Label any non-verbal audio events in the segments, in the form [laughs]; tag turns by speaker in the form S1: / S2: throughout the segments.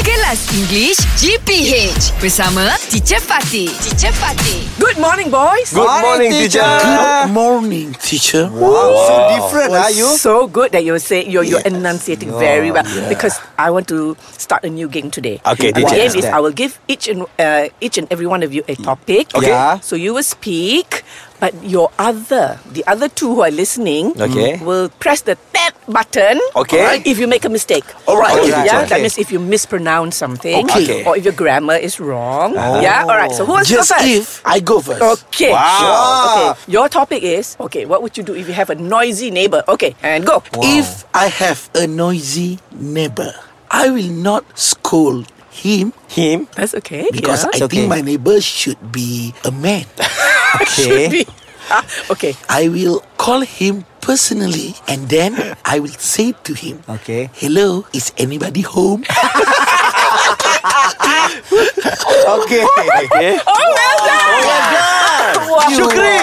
S1: Kelas English GPH bersama Teacher Fatih. Teacher Fatih.
S2: Good morning, boys.
S3: Good morning, teacher.
S4: Good morning, teacher.
S3: So different,
S4: Wow.
S3: are you?
S2: So good that you're saying you're, you're enunciating very well
S4: yeah.
S2: because I want to start a new game today.
S3: Okay,
S2: the
S3: teacher.
S2: game is
S3: Understand.
S2: I will give each and uh, each and every one of you a topic.
S3: Okay. Yeah.
S2: So you will speak, but your other, the other two who are listening, Mm.
S3: Okay.
S2: will press the tap button.
S3: Okay.
S2: Alright, If you make a mistake.
S3: All right.
S2: Okay,
S3: Alright,
S2: yeah. That
S3: okay.
S2: means if you mispronounce something,
S3: Okay. Uh-huh.
S2: or if your grammar is wrong. Yeah. All right. So who wants to go
S4: Just
S2: first?
S4: if I go first.
S2: Okay.
S3: Wow.
S2: Sure. Okay. Your topic is okay. What would you do if you have a noisy neighbor? Okay, and go.
S4: If I have a noisy neighbor, I will not scold him
S3: Him.
S2: That's okay.
S4: because
S2: yeah. [laughs]
S4: I
S3: Okay.
S4: think my neighbor should be a
S3: [laughs]
S4: man.
S3: Okay.
S2: Ah, [laughs] okay.
S4: I will call him personally and then I will say to him,
S3: Okay.
S4: Hello, is anybody home?
S3: Okay. okay.
S2: Oh, well done. [laughs] Wow.
S3: Shukri.
S4: You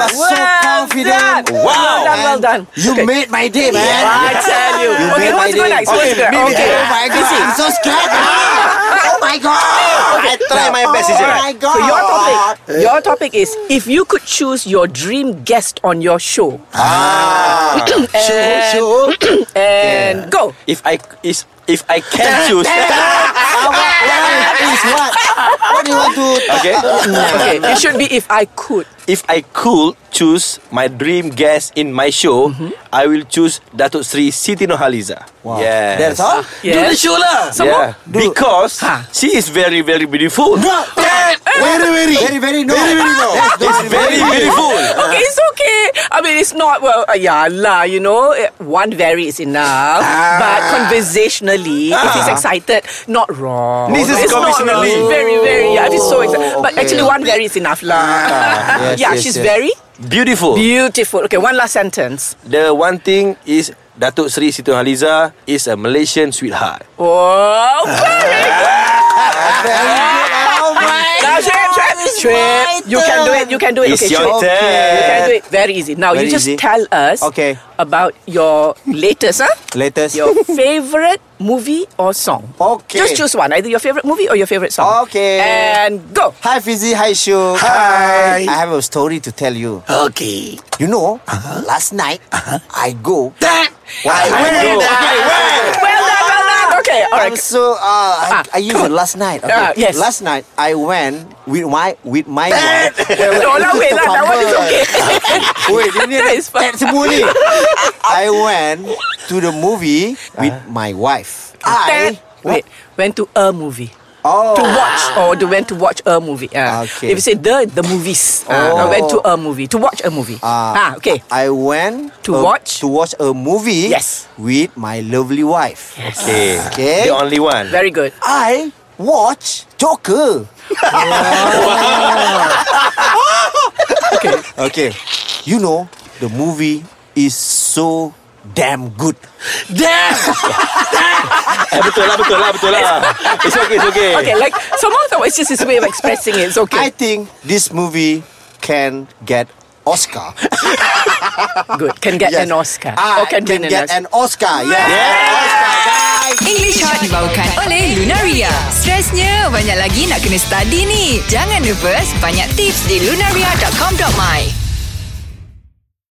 S4: are so
S2: Well
S4: confident.
S2: done. Well done. [laughs] Well done.
S4: You
S2: okay.
S4: made my day, man.
S2: I
S4: [laughs]
S2: tell you.
S4: You
S2: okay,
S4: made
S2: who
S4: my
S2: wants to go
S4: day.
S2: next? Who wants to go?
S4: me, me.
S2: Okay.
S4: Oh my god, [laughs] I'm so scared. oh my god.
S3: I try my best,
S4: Oh
S3: teacher.
S4: my god.
S2: So your topic, your topic is if you could choose your dream guest on your show
S4: Ah, Show, show.
S2: and go.
S3: If I is if I can choose.
S4: Please, what? [laughs] What do you want to
S3: Okay.
S2: Okay, it should be if I could.
S3: If I could choose my dream guest in my show, I will choose Datuk Sri Siti Nohaliza. Wow. Yes.
S4: That's all?
S2: Yes.
S4: Do the show lah.
S2: Some more?
S3: Yeah. Because she is very very beautiful.
S4: No.
S3: [laughs]
S4: Very, very. Very, very no. Very, very no.
S3: It's very beautiful.
S2: Okay, it's okay. I mean, it's not. Well, uh, yeah, lah. You know, eh, one very is enough.
S4: Ah.
S2: But conversationally, if he's excited, not wrong.
S3: This is
S2: It's not
S3: conversationally.
S2: wrong. Very, very. Yeah, if he's so excited. But
S4: Oh, okay. Ah,
S2: actually, one very is enough, lah.
S4: yes,
S2: yeah,
S4: yes,
S2: she's
S4: yes.
S2: very
S3: Beautiful.
S2: beautiful. Okay, one last sentence.
S3: The one thing is Datuk Sri Siti Nohaliza is a Malaysian sweetheart.
S2: Oh, very good.
S4: Ah. Oh my
S2: [laughs] Now, Shrek, Shrek, Shrek, You can do it. You can do it.
S3: It's
S2: okay,
S3: your
S2: Shrek. You can do
S3: turn.
S2: it. Very easy. Now, you
S3: Very
S2: just
S3: easy.
S2: tell us
S3: Okay.
S2: about your latest, huh?
S3: [laughs] Latest.
S5: [laughs]
S2: Your favorite movie or song?
S5: Okay.
S2: Just choose one. Either your favorite movie or your favorite song.
S5: Okay.
S2: And go.
S5: Hi Fizzy, hi Shu.
S4: Hi.
S5: I have a story to tell you.
S4: Okay.
S5: You know,
S2: Uh-huh.
S5: last night I go.
S4: That. Why?
S3: Go.
S2: Well done, well done. Okay, all
S5: I'm
S2: right.
S5: so uh, I,
S2: Ah,
S5: I used it last night. Okay.
S2: Ah, yes.
S5: Last night I went with my with my wife.
S2: [laughs] No, no, wait, that, that one is okay.
S5: Wait, you need
S2: [laughs] That is fine.
S5: that's bully. I went to the movie
S2: Uh-huh.
S5: with my
S2: Ah,
S5: wife. I
S2: Wait, went to a movie.
S5: oh
S2: To watch or to went to watch a movie. Ah.
S5: Okay. Oh.
S2: If you say the the movies, ah, I went to a movie to watch a movie. Ah, okay.
S5: I went
S2: To
S5: a-
S2: watch?
S5: to watch a movie.
S2: Yes.
S5: with my lovely wife.
S3: Okay.
S5: Okay.
S3: The only one.
S2: Very good.
S5: I watch
S2: [laughs]
S5: Joker. okay. Okay. You know, the movie is so damn good.
S3: Eh, [laughs] betul lah, betul lah, betul lah. It's okay, it's okay.
S2: Okay, like someone thought it's just his way of expressing it. It's
S5: I
S2: okay.
S5: think this movie can get Oscar.
S2: good. Can get
S5: Yes.
S2: [laughs] an Oscar.
S5: Ah,
S2: or can, win an
S5: get
S2: Oscar.
S5: an Oscar. Yeah.
S1: English Hot dibawakan oleh Lunaria. Stresnya banyak lagi nak kena study ni. Jangan nervous, banyak tips di lunaria.com.my.